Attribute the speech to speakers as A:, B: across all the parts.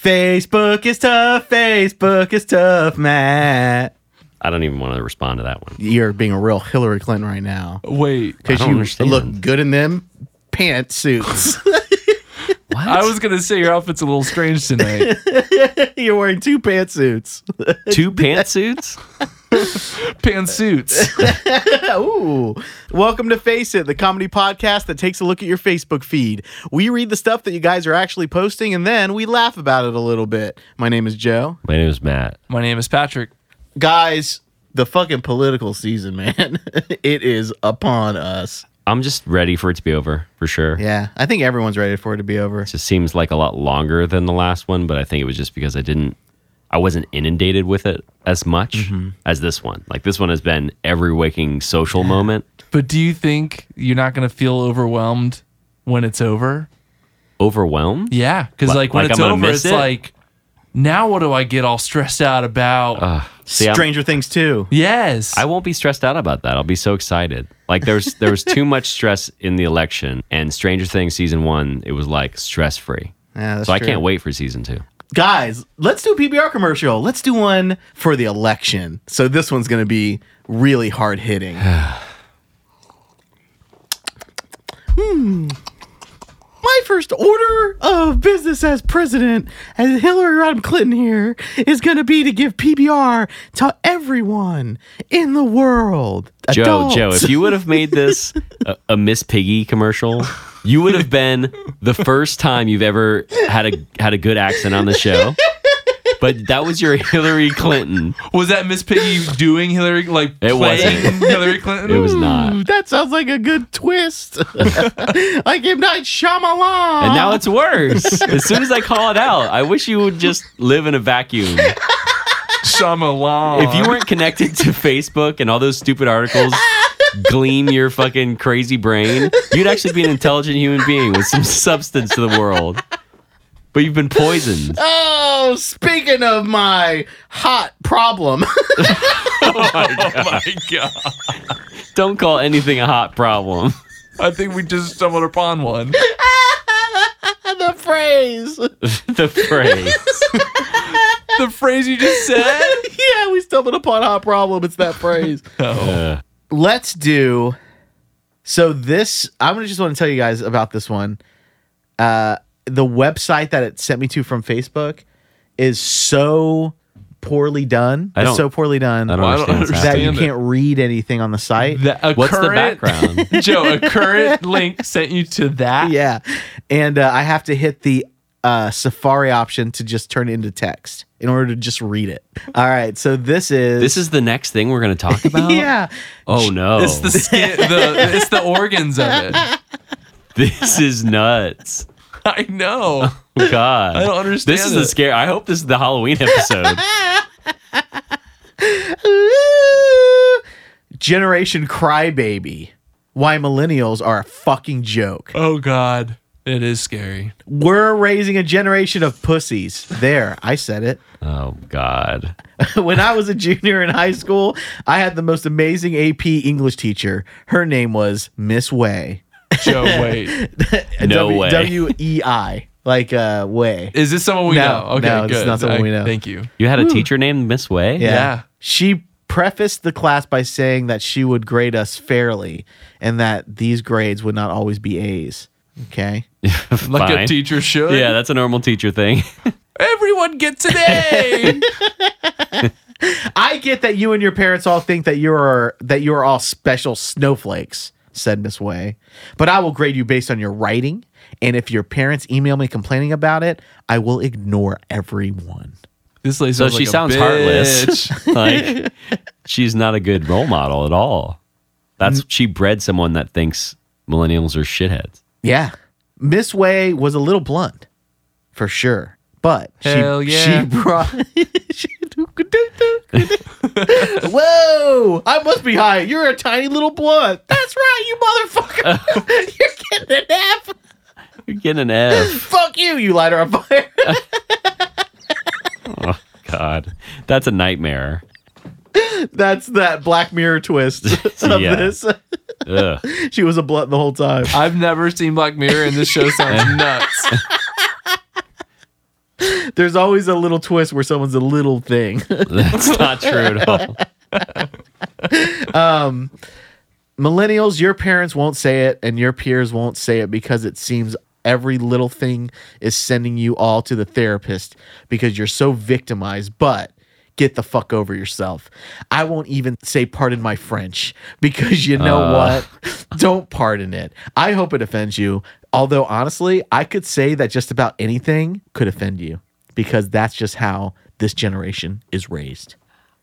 A: Facebook is tough. Facebook is tough, Matt.
B: I don't even want to respond to that one.
A: You're being a real Hillary Clinton right now
C: Wait,
A: because
B: I
A: you
B: don't understand.
A: look good in them pantsuits.
B: What?
C: I was gonna say your outfit's a little strange tonight.
A: You're wearing two pantsuits.
B: two pantsuits.
C: Pantsuits.
A: Ooh. Welcome to Face It, the comedy podcast that takes a look at your Facebook feed. We read the stuff that you guys are actually posting and then we laugh about it a little bit. My name is Joe.
B: My name is Matt.
C: My name is Patrick.
A: Guys, the fucking political season, man. it is upon us.
B: I'm just ready for it to be over for sure.
A: Yeah, I think everyone's ready for it to be over.
B: It just seems like a lot longer than the last one, but I think it was just because I didn't, I wasn't inundated with it as much
A: Mm-hmm.
B: as this one. Like this one has been every waking social moment.
C: But do you think you're not gonna feel overwhelmed when it's over?
B: Overwhelmed?
C: Yeah, because
B: Li-
C: like when
B: like
C: it's
B: I'm gonna
C: over,
B: miss
C: it's
B: it?
C: like, now what do I get all stressed out about?
B: See, I'm-
A: Stranger Things too.
C: yes,
B: Uh, I won't be stressed out about that. I'll be so excited. Like there's there was too much stress in the election and Stranger Things season one, it was like stress free.
A: Yeah, that's
B: so I
A: true.
B: can't wait for season two.
A: Guys, let's do a PBR commercial. Let's do one for the election. So this one's going to be really hard hitting. Hmm. My first order of business as president, as Hillary Rodham Clinton here, is going to be to give PBR to everyone in the world.
B: Joe,
A: Adults.
B: Joe, if you would have made this a, a Miss Piggy commercial, you would have been the first time you've ever had a had a good accent on the show. But that was your Hillary Clinton.
C: was that Miss Piggy doing Hillary like
B: It
C: playing
B: wasn't.
C: Hillary Clinton?
B: It was
A: Ooh,
B: not.
A: that sounds like a good twist. like M. Night Shyamalan.
B: And now it's worse. As soon as I call it out, I wish you would just live in a vacuum.
C: Shyamalan.
B: if you weren't connected to Facebook and all those stupid articles gleam your fucking crazy brain, you'd actually be an intelligent human being with some substance to the world. But you've been poisoned.
A: Oh, speaking of my hot problem,
C: oh my god,
B: Don't call anything a hot problem.
C: I think we just stumbled upon one.
A: the phrase.
B: the phrase.
C: The phrase you just said.
A: yeah, we stumbled upon hot problem. It's that phrase.
C: Oh.
B: Uh,
A: Let's do. So this, I'm gonna just want to tell you guys about this one. Uh, the website that it sent me to from Facebook is so poorly done.
B: I
A: It's
B: don't-
A: so poorly done
B: I don't
C: Well, I don't
B: understand what's
C: understand
A: that you
B: happening.
C: it.
A: can't read anything on the site.
C: The, a
B: What's the
C: current-
B: background?
C: Joe, a current link sent you to that.
A: yeah. And uh, I have to hit the uh, Safari option to just turn it into text in order to just read it. All right. So this is.
B: This is the next thing we're going to talk about?
A: Yeah.
B: Oh, no.
C: It's the skin, the it's the organs of it.
B: this is nuts.
C: I know.
B: God.
C: I don't understand.
B: This is the
C: it.
B: scare. I hope this is the Halloween episode.
A: Ooh. Generation Crybaby. Why millennials are a fucking joke.
C: Oh God, it is scary.
A: We're raising a generation of pussies. There, I said it.
B: Oh, God.
A: when I was a junior in high school, I had the most amazing AP English teacher. Her name was Miss Way.
C: Joe, wait,
B: No way.
A: W E I. Like uh way.
C: is this someone we
A: No,
C: know? Okay,
A: no,
C: good.
A: this is not someone we know.
C: Thank you.
B: You had a teacher named Miss Way?
A: Yeah.
C: Yeah.
A: She prefaced the class by saying that she would grade us fairly and that these grades would not always be A's. Okay.
C: Like
B: Fine.
C: a teacher should.
B: Yeah, that's a normal teacher thing.
C: Everyone gets an A.
A: I get that you and your parents all think that you're that you're all special snowflakes, said Miss Way. But I will grade you based on your writing, and if your parents email me complaining about it, I will ignore everyone.
C: this lady
B: So
C: sounds
B: she
C: like a
B: sounds
C: bitch.
B: heartless. like she's not a good role model at all. That's she bred someone that thinks millennials are shitheads.
A: Yeah. Miss Way was a little blunt, for sure. But she,
C: Hell yeah.
A: she brought. Whoa! I must be high. You're a tiny little blunt. That's right, you motherfucker. You're getting an F.
B: You're getting an F.
A: Fuck you, you lighter on fire.
B: Oh God, that's a nightmare.
A: That's that Black Mirror twist of
B: Yeah.
A: this.
B: Ugh.
A: she was a blunt the whole time.
C: I've never seen Black Mirror, and this show sounds nuts.
A: There's always a little twist where someone's a little thing.
B: That's not true at all.
A: Millennials, your parents won't say it and your peers won't say it because it seems every little thing is sending you all to the therapist because you're so victimized. But get the fuck over yourself. I won't even say pardon my French because you know
B: Uh.
A: what? Don't pardon it. I hope it offends you. Although, honestly, I could say that just about anything could offend you because that's just how this generation is raised.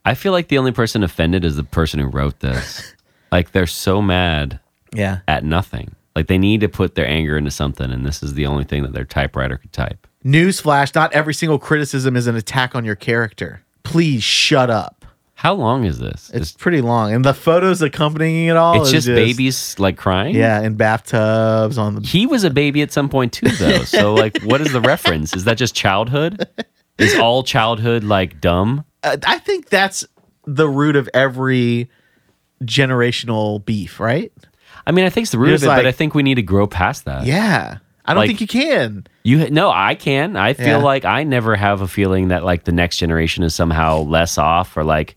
B: I feel like the only person offended is the person who wrote this. Like they're so mad
A: Yeah.
B: at nothing. Like they need to put their anger into something, and this is the only thing that their typewriter could type.
A: Newsflash, not every single criticism is an attack on your character. Please shut up.
B: How long is this?
A: It's pretty long. And the photos accompanying it all
B: it's
A: is
B: just babies like crying.
A: Yeah, in bathtubs on the
B: he was a baby at some point too, though. So like, what is the reference? Is that just childhood? Is all childhood like dumb?
A: Uh, I think that's the root of every generational beef, right?
B: I mean, I think it's the root
A: You're
B: of it,
A: just like-
B: but I think we need to grow past that.
A: Yeah. I don't
B: Like-
A: think you can.
B: You no, I can. I feel
A: Yeah.
B: like I never have a feeling that like the next generation is somehow less off or like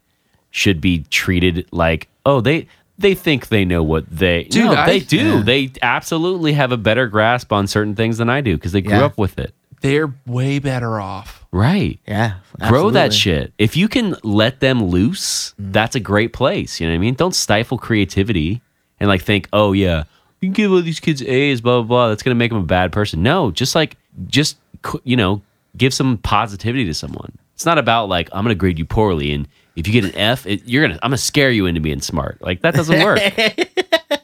B: should be treated like oh they they think they know what they
C: Dude,
B: no,
C: I-
B: they do
A: Yeah.
B: they absolutely have a better grasp on certain things than I do because they grew
A: Yeah.
B: up with it
C: They're way better off.
B: right
A: Yeah.
B: grow that
A: absolutely.
B: shit if you can let them loose that's a great place you know what i mean don't stifle creativity and like think oh yeah you can give all these kids a's blah blah blah that's gonna make them a bad person no just like just qu- you know give some positivity to someone it's not about like i'm gonna grade you poorly and if you get an f it, you're gonna i'm gonna scare you into being smart like that doesn't work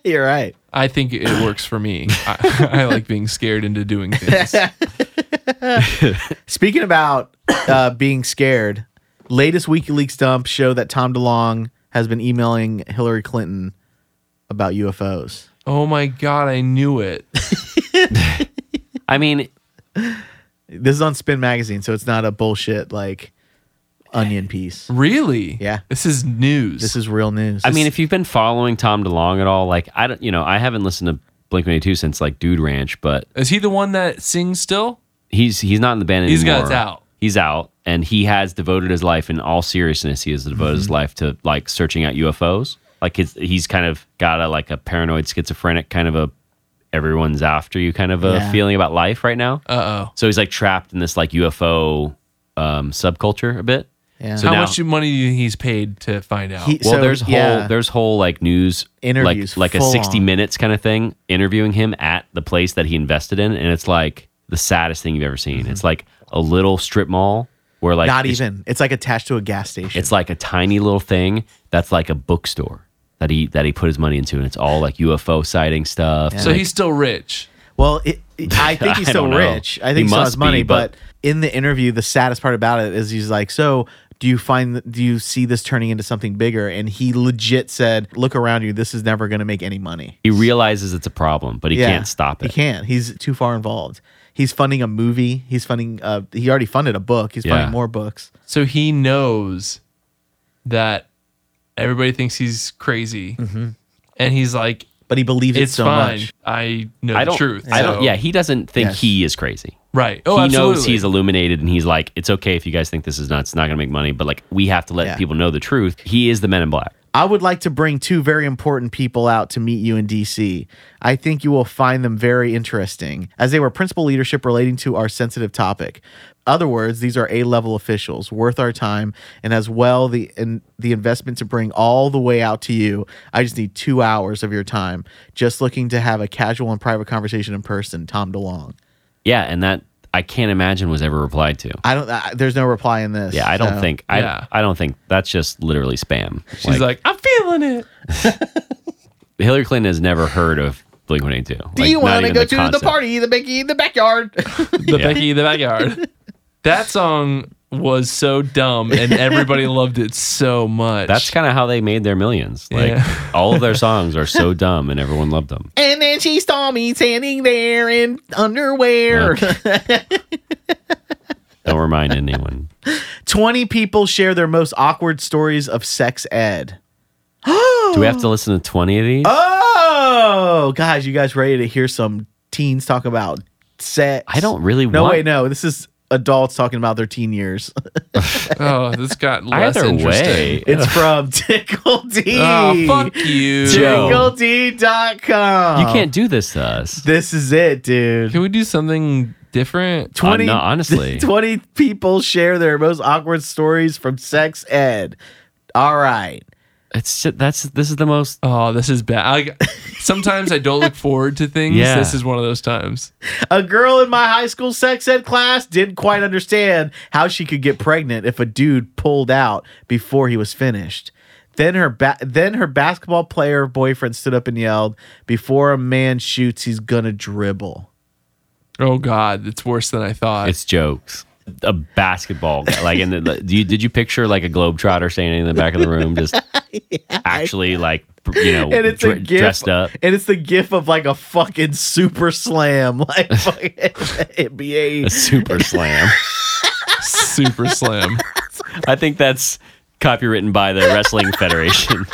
A: You're right.
C: I think it works for me. I, I like being scared into doing things.
A: Speaking about uh, being scared, latest WikiLeaks dump show that Tom DeLong has been emailing Hillary Clinton about UFOs.
C: Oh my god, I knew it.
B: i mean
A: This is on Spin Magazine, so it's not a bullshit like onion piece.
C: Really?
A: Yeah.
C: This is news.
A: This is real news.
B: I mean, if you've been following Tom DeLong at all, like I don't, you know, I haven't listened to Blink One Eight Two since like Dude Ranch, but
C: Is he the one that sings still?
B: he's he's not in the band anymore.
C: He's got- it's out.
B: He's out, and he has devoted his life. In all seriousness, he has devoted his life to like searching out UFOs. Like his, he's kind of got a like a paranoid, schizophrenic kind of a everyone's after you kind of a
A: Yeah.
B: feeling about life right now.
C: Uh oh.
B: so he's like trapped in this like UFO um, subculture a bit.
A: Yeah.
B: So
C: How
B: now,
C: much money do you think he's paid to find out?
A: He-
B: well,
A: So,
B: there's whole
A: yeah.
B: there's whole like news
A: Interviews,
B: like like a
A: full
B: sixty
A: on.
B: minutes kind of thing, interviewing him at the place that he invested in, and it's like the saddest thing you've ever seen. It's like a little strip mall where like
A: Mm-hmm. not e-,
B: it's,
A: even. It's like attached to a gas station.
B: it's like a tiny little thing that's like a bookstore that he that he put his money into, and it's all like UFO sighting stuff.
C: so he's still rich.
A: well, it, it- I think he's
B: I
A: still
B: don't know.
A: rich. I
B: He
A: think he still
B: must
A: has money.
B: be,
A: but,
B: but-
A: in the interview, the saddest part about it is he's like, "So, do you find do you see this turning into something bigger?" And he legit said, "Look around you. This is never going to make any money."
B: he realizes it's a problem, but he
A: Yeah.
B: can't stop it.
A: He can't. He's too far involved. He's funding a movie. He's funding. Uh, he already funded a book. He's
B: Yeah.
A: funding more books.
C: So he knows that everybody thinks he's crazy. And he's like,
A: But he believes
C: it's
A: it Mm-hmm. so
C: fine.
A: much.
C: I know
B: I
C: the
B: don't.
C: truth.
B: I don't.
C: so-
B: Yeah, he doesn't think
A: Yes.
B: he is crazy.
C: Right. Oh,
B: he
C: absolutely.
B: knows he's illuminated and he's like, it's okay if you guys think this is nuts, it's not gonna make money, but like we have to let
A: Yeah.
B: people know the truth. He is the men in black.
A: I would like to bring two very important people out to meet you in DC. I think you will find them very interesting, as they were principal leadership relating to our sensitive topic. Other words, these are A-level officials, worth our time, and as well the in, the investment to bring all the way out to you. I just need two hours of your time, just looking to have a casual and private conversation in person. Tom DeLong.
B: Yeah, and that I can't imagine was ever replied to.
A: I don't. I, there's no reply in this.
B: Yeah, I don't
A: so-
B: think I
C: Yeah.
B: I don't think that's just literally spam.
C: She's like, I'm feeling it.
B: Hillary Clinton has never heard of Blink One Eight Two.
A: Do you want to go to the party, the Mickey, the backyard?
C: The Becky in the backyard. that song was so dumb and everybody loved it so much.
B: That's kind of how they made their millions. Like
C: Yeah.
B: all of their songs are so dumb and everyone loved them.
A: And then she saw me standing there in underwear.
B: Don't remind anyone.
A: 20 people share their most awkward stories of sex ed.
B: Do we have to listen to twenty of these?
A: Oh, guys, you guys ready to hear some teens talk about sex?
B: I don't really
A: No,
B: want
A: wait, no. This is adults talking about their teen years.
C: Oh, this got less
B: Either
C: interesting.
B: way,
A: It's from Tickle D.
C: Oh, fuck you.
B: Joe.
A: TickleD.com.
B: you can't do this to us.
A: This is it, dude.
C: Can we do something different?
B: Uh, no, honestly.
A: 20 people share their most awkward stories from sex ed. All right.
B: It's ju- that's this is the most.
C: Oh, this is bad. I, sometimes I don't look forward to things.
B: Yeah.
C: This is one of those times.
A: A girl in my high school sex ed class didn't quite understand how she could get pregnant if a dude pulled out before he was finished. Then her ba- then her basketball player boyfriend stood up and yelled, "Before a man shoots, he's gonna dribble."
C: Oh God, it's worse than I thought.
B: It's jokes. A basketball guy, like in the, the- do you did you picture like a globetrotter standing in the back of the room, just actually like you know
A: And it's a
B: dre-
A: gif,
B: dressed up?
A: and it's the gif of like a fucking super slam, like fucking
B: A
A: NBA.
B: super slam.
C: super slam.
B: I think that's copywritten by the Wrestling Federation.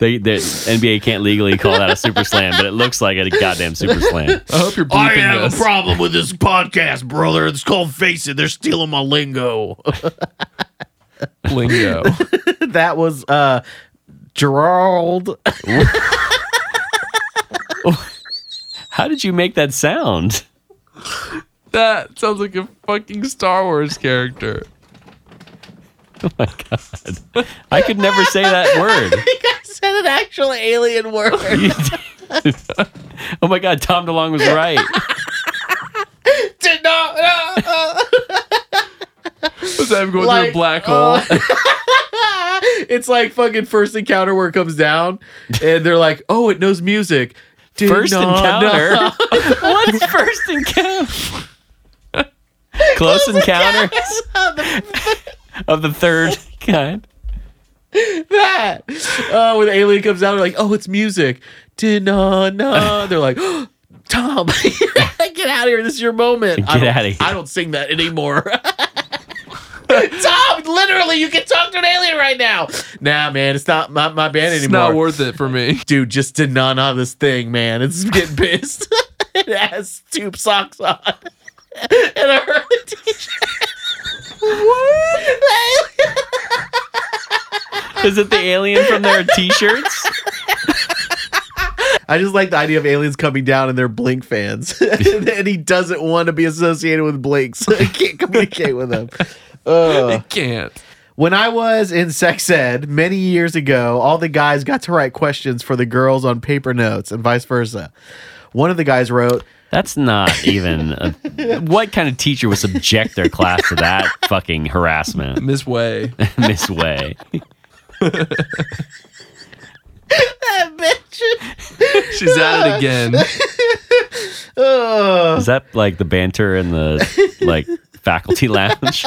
B: They, the NBA can't legally call that a super slam, but it looks like a goddamn super slam.
C: I hope you're bleeping this.
A: problem with this podcast, brother. It's called Face It. They're stealing my lingo.
C: Lingo.
A: that was uh Gerald.
B: How did you make that sound?
C: that sounds like a fucking Star Wars character.
B: Oh my god! I could never say that word.
A: think I said an actual alien word.
B: You did. oh my god, Tom DeLong was right.
A: Did not. uh,
C: Was that him going through
A: Like,
C: a black
A: uh,
C: hole?
A: uh. it's like fucking first encounter where it comes down, and they're like, "Oh, it knows music." Did
B: First
A: not
B: encounter.
A: know.
B: What's first encounter? Close encounter of the third kind.
A: that uh, when the alien comes out, they're like, "Oh, it's music." Did not know. They're like. "Oh, Tom, get out of here. This is your moment. I
B: Get
A: don't-
B: outta here.
A: I don't sing that anymore. Tom, literally, you can talk to an alien right now. Nah, man, it's not my, my band
C: It's
A: anymore.
C: not worth it for me.
A: dude, just did not know this thing, man. It's getting pissed. it has tube socks on. and a early t-shirt. What?
B: Is it the alien from their t-shirts?
A: I just like the idea of aliens coming down and they're Blink fans. and he doesn't want to be associated with Blink, so he can't communicate with them. Ugh.
C: Can't.
A: When I was in sex ed many years ago, all the guys got to write questions for the girls on paper notes and vice versa. One of the guys wrote,
B: That's not even. A, what kind of teacher would subject their class to that fucking harassment,
C: Miss Way.
B: Miss Way?
A: That bitch.
C: She's at it again.
A: Ugh.
B: Is that like the banter in the like faculty lounge?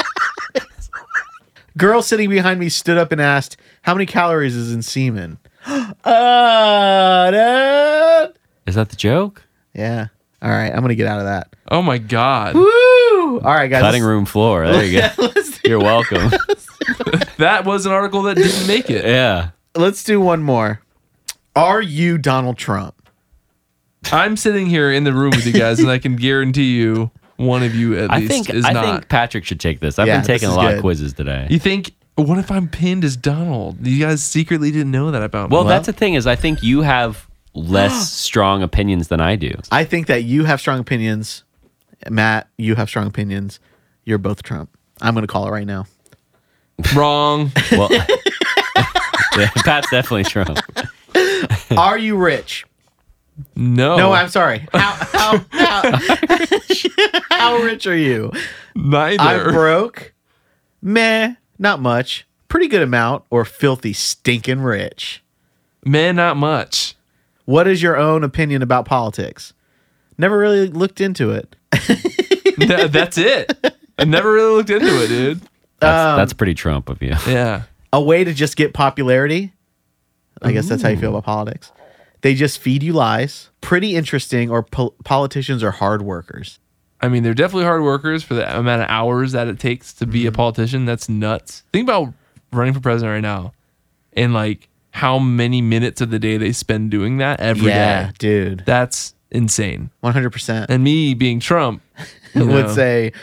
A: Girl sitting behind me stood up and asked, "How many calories is in semen?" uh, dude.
B: Is that the joke?
A: Yeah. All right, I'm gonna get out of that.
C: Oh my God.
A: Woo! All right, guys.
B: Cutting room floor. There you go.
A: Let's do,
B: You're welcome.
C: That was an article that didn't make it.
B: Yeah.
A: let's do one more. Are you Donald Trump?
C: I'm sitting here in the room with you guys, and I can guarantee you one of you at
B: I
C: least
B: think
C: is
B: I
C: not.
B: think Patrick should take this. I've
A: Yeah,
B: been taking
A: this is
B: a lot of
A: good.
B: quizzes today.
C: You think, what if I'm pinned as Donald? You guys secretly didn't know that about me.
B: well, that's the thing is I think you have less strong opinions than I do.
A: I think that you have strong opinions. Matt, you have strong opinions. You're both Trump. I'm gonna call it right now.
C: wrong.
B: Well, yeah, Pat's definitely Trump. Hmm.
A: Are you rich?
C: No.
B: Oh.
A: No, I'm sorry. How how how, how rich are you?
C: neither.
A: I'm broke. Meh, not much. Pretty good amount or filthy stinking rich.
C: Man, not much.
A: What is your own opinion about politics? Never really looked into it.
C: Th- that's it. I never really looked into it, dude.
B: That's,
A: Um,
B: that's pretty Trump of you.
C: Yeah.
A: A way to just get popularity? I guess that's how you feel about politics. They just feed you lies. Pretty interesting or pol- politicians are hard workers.
C: I mean, they're definitely hard workers for the amount of hours that it takes to
B: Mm-hmm.
C: be a politician. That's nuts. Think about running for president right now and like how many minutes of the day they spend doing that every day.
A: dude.
C: That's insane.
A: 100%
C: And me being Trump you
A: would
C: know,
A: say,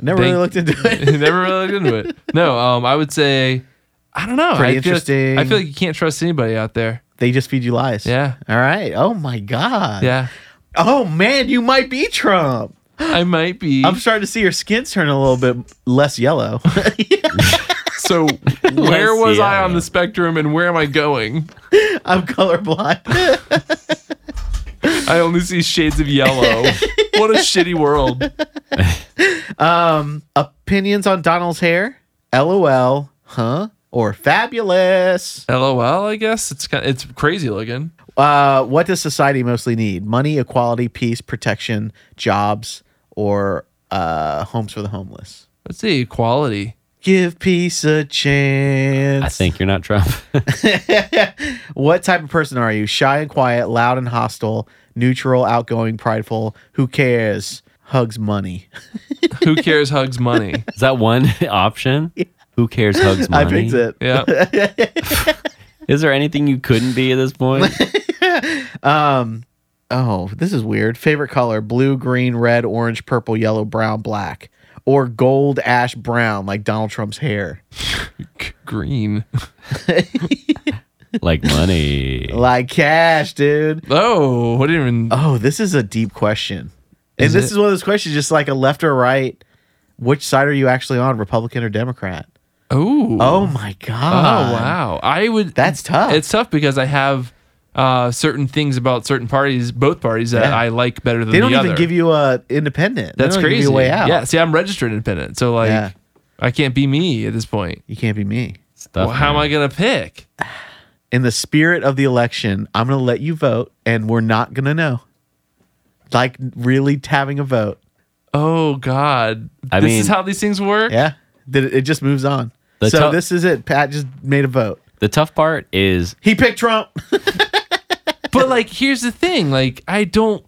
A: never really
C: Thank-
A: looked into it.
C: never really looked into it. No, um, I would say I don't know.
A: Pretty
C: I feel like-
A: interesting.
C: I feel like you can't trust anybody out there.
A: they just feed you lies.
C: Yeah.
A: All right. Oh my God.
C: Yeah,
A: Oh man, you might be Trump.
C: I might be.
A: I'm starting to see your skin turn a little bit less yellow.
C: so where
B: Let's
C: was
B: see,
C: I
B: uh,
C: on the spectrum, and where am I going?
A: I'm colorblind.
C: I only see shades of yellow. what a shitty world.
A: Um, opinions on Donald's hair? LOL, huh? Or fabulous.
C: LOL. I guess it's kind. It's crazy looking.
A: Uh, what does society mostly need? Money, equality, peace, protection, jobs, or uh, homes for the homeless?
C: Let's see equality.
A: Give peace a chance.
B: I think you're not Trump.
A: what type of person are you? Shy and quiet, loud and hostile, neutral, outgoing, prideful. Who cares? Hugs money.
C: Who cares? Hugs money.
B: Is that one option? Who cares? Hugs money.
A: I picked it.
C: Yeah.
B: Is there anything you couldn't be at this point?
A: Um. Oh, this is weird. Favorite color: blue, green, red, orange, purple, yellow, brown, black, or gold, ash, brown, like Donald Trump's hair,
C: G- Green.
B: like money.
A: like cash, dude.
C: Oh, what even?
A: Oh, this is a deep question, and
C: Is
A: this
C: it?
A: is one of those questions, just like a left or right. Which side are you actually on, Republican or Democrat?
C: Oh.
A: Oh my
C: Oh
A: god!
C: wow. I would.
A: that's tough.
C: It's tough because I have uh, certain things about certain parties, both parties that
A: Yeah.
C: I like better than
A: they don't
C: the
A: even
C: other.
A: give you a independent. They
C: That's
A: don't even give
C: crazy.
A: you a way out.
C: Yeah. See, I'm registered independent, so like,
A: Yeah.
C: I can't be me at this point.
A: you can't be me.
B: Stuff,
C: well, how am
B: man.
C: I gonna pick?
A: in the spirit of the election, I'm going to let you vote and we're not going to know. Like really having a vote.
C: Oh God.
B: I
C: this
B: mean-
C: is how these things work.
A: Yeah. That it it just moves on.
B: The
A: so
B: tou-
A: this is it. Pat just made a vote.
B: The tough part is
A: He picked Trump.
C: But like, here's the thing. Like, I don't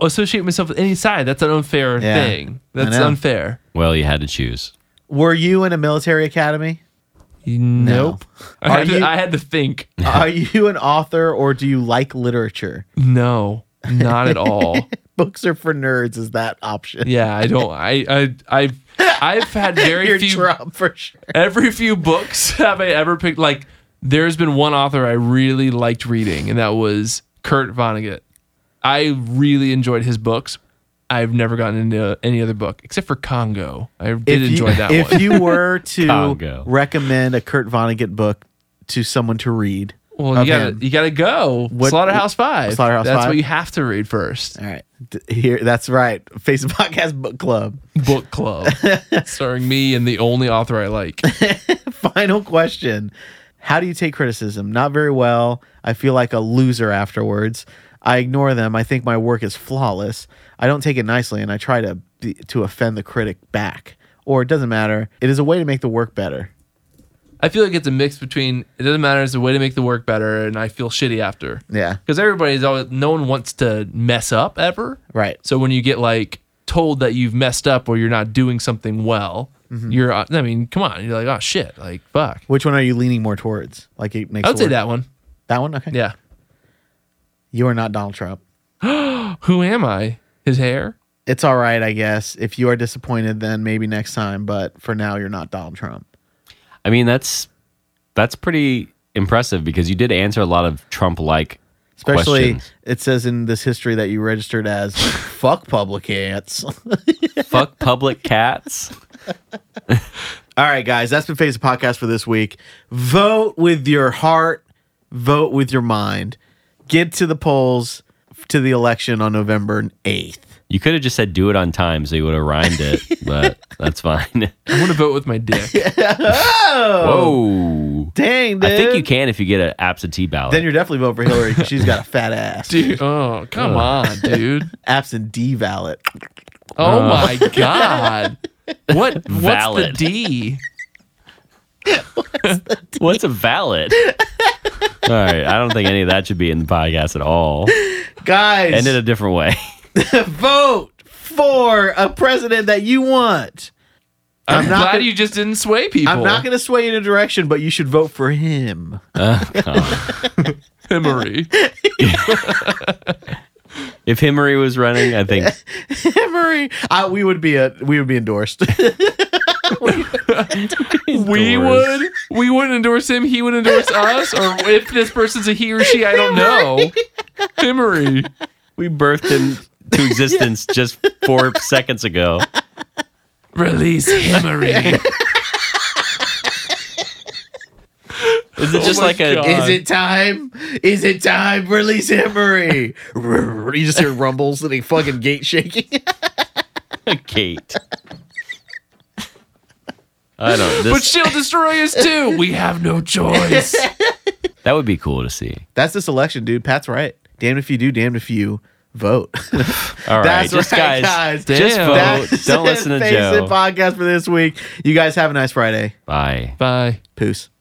C: associate myself with any side. That's an unfair
A: Yeah.
C: thing.
A: I
C: That's
A: know.
C: unfair.
B: well, you had to choose.
A: Were you in a military academy?
C: Nope. I
A: Are
C: had,
A: you-
C: to, I had to think.
A: Are you an author or do you like literature?
C: No, not at all.
A: Books are for nerds is that option.
C: Yeah, I don't. I I I've I've had very
A: You're
C: few.
A: Trump for sure.
C: Every few books have I ever picked. Like, there's been one author I really liked reading, and that was Kurt Vonnegut. I really enjoyed his books. I've never gotten into any other book except for Congo. I did
A: you,
C: enjoy that
A: if
C: one.
A: you were to
B: Congo.
A: recommend a Kurt Vonnegut book to someone to read.
C: well,
A: of
C: you gotta
A: him.
C: you gotta go.
A: What-
C: Slaughterhouse Five.
A: Slaughterhouse
C: That's
A: Five?
C: what you have to read first.
A: All right. D- here that's right. Face the podcast book club.
C: Book club, starring me and the only author I like.
A: Final question. How do you take criticism? Not very well. I feel like a loser afterwards. I ignore them. I think my work is flawless. I don't take it nicely and I try to be, to offend the critic back. Or it doesn't matter. It is a way to make the work better.
C: I feel like it's a mix between it doesn't matter. It's a way to make the work better, and I feel shitty after.
A: Yeah.
C: because everybody's always no one wants to mess up ever
A: Right.
C: so when you get like told that you've messed up or you're not doing something well you're uh, i mean come on you're like oh shit like fuck
A: Which one are you leaning more towards? Like it makes
C: i would say
A: the work-
C: that one
A: That one? Okay.
C: yeah
A: You are not Donald Trump.
C: who am i his hair
A: It's all right, I guess. If you are disappointed, then maybe next time. But for now, you're not Donald Trump.
B: I mean, that's that's pretty impressive because you did answer a lot of Trump-like
A: Especially,
B: questions.
A: it says in this history that you registered as fuck public ants. All
B: Fuck public cats.
A: right, guys, that's been Face the Podcast for this week. Vote with your heart, vote with your mind. Get to the polls to the election on November 8th.
B: You could have just said do it on time, so you would have rhymed it, but that's fine.
C: i'm gonna vote with my dick
A: Oh.
B: Whoa.
A: Dang, dude.
B: I think you can if you get an absentee ballot.
A: Then you're definitely voting for Hillary 'cause she's got a fat ass.
C: dude oh come on dude
A: Absentee ballot.
C: oh my god what what's
B: Valid.
C: the d
B: What's a valid? all right. I don't think any of that should be in the podcast at all.
A: Guys,
B: End it a different way.
A: vote for a president that you want.
C: i'm,
A: not
C: glad
A: gonna-
C: you just didn't sway people
A: I'm not going to sway you in a direction, but you should vote for
B: Uh,
A: him.
B: Oh, God.
C: Emory.
B: If Himmery was running, I think
A: Murray, I, we would be a, we would be endorsed.
C: we
B: Doors.
C: would we wouldn't endorse him he would endorse us or if this person's a he or she i don't know Himmery.
B: we birthed him to existence just four seconds ago.
C: release Himmery.
B: Is it just
C: Oh my
B: like a?
C: God.
A: Is it time? Is it time? Release Emery. you just hear rumbles and a fucking gate shaking.
B: Kate. I don't.
C: but
B: This,
C: she'll destroy us too we have no choice
B: that would be cool to see.
A: That's this election, dude. Pat's right. Damned if you do, damned if you vote.
B: All right,
A: That's
B: just
A: right,
B: guys,
A: guys.
B: just
C: Damn.
B: vote.
A: That's
B: don't
A: it,
B: listen to
A: Face It
B: Joe.
A: podcast for this week. You guys have a nice Friday.
B: Bye.
C: bye
A: Peace.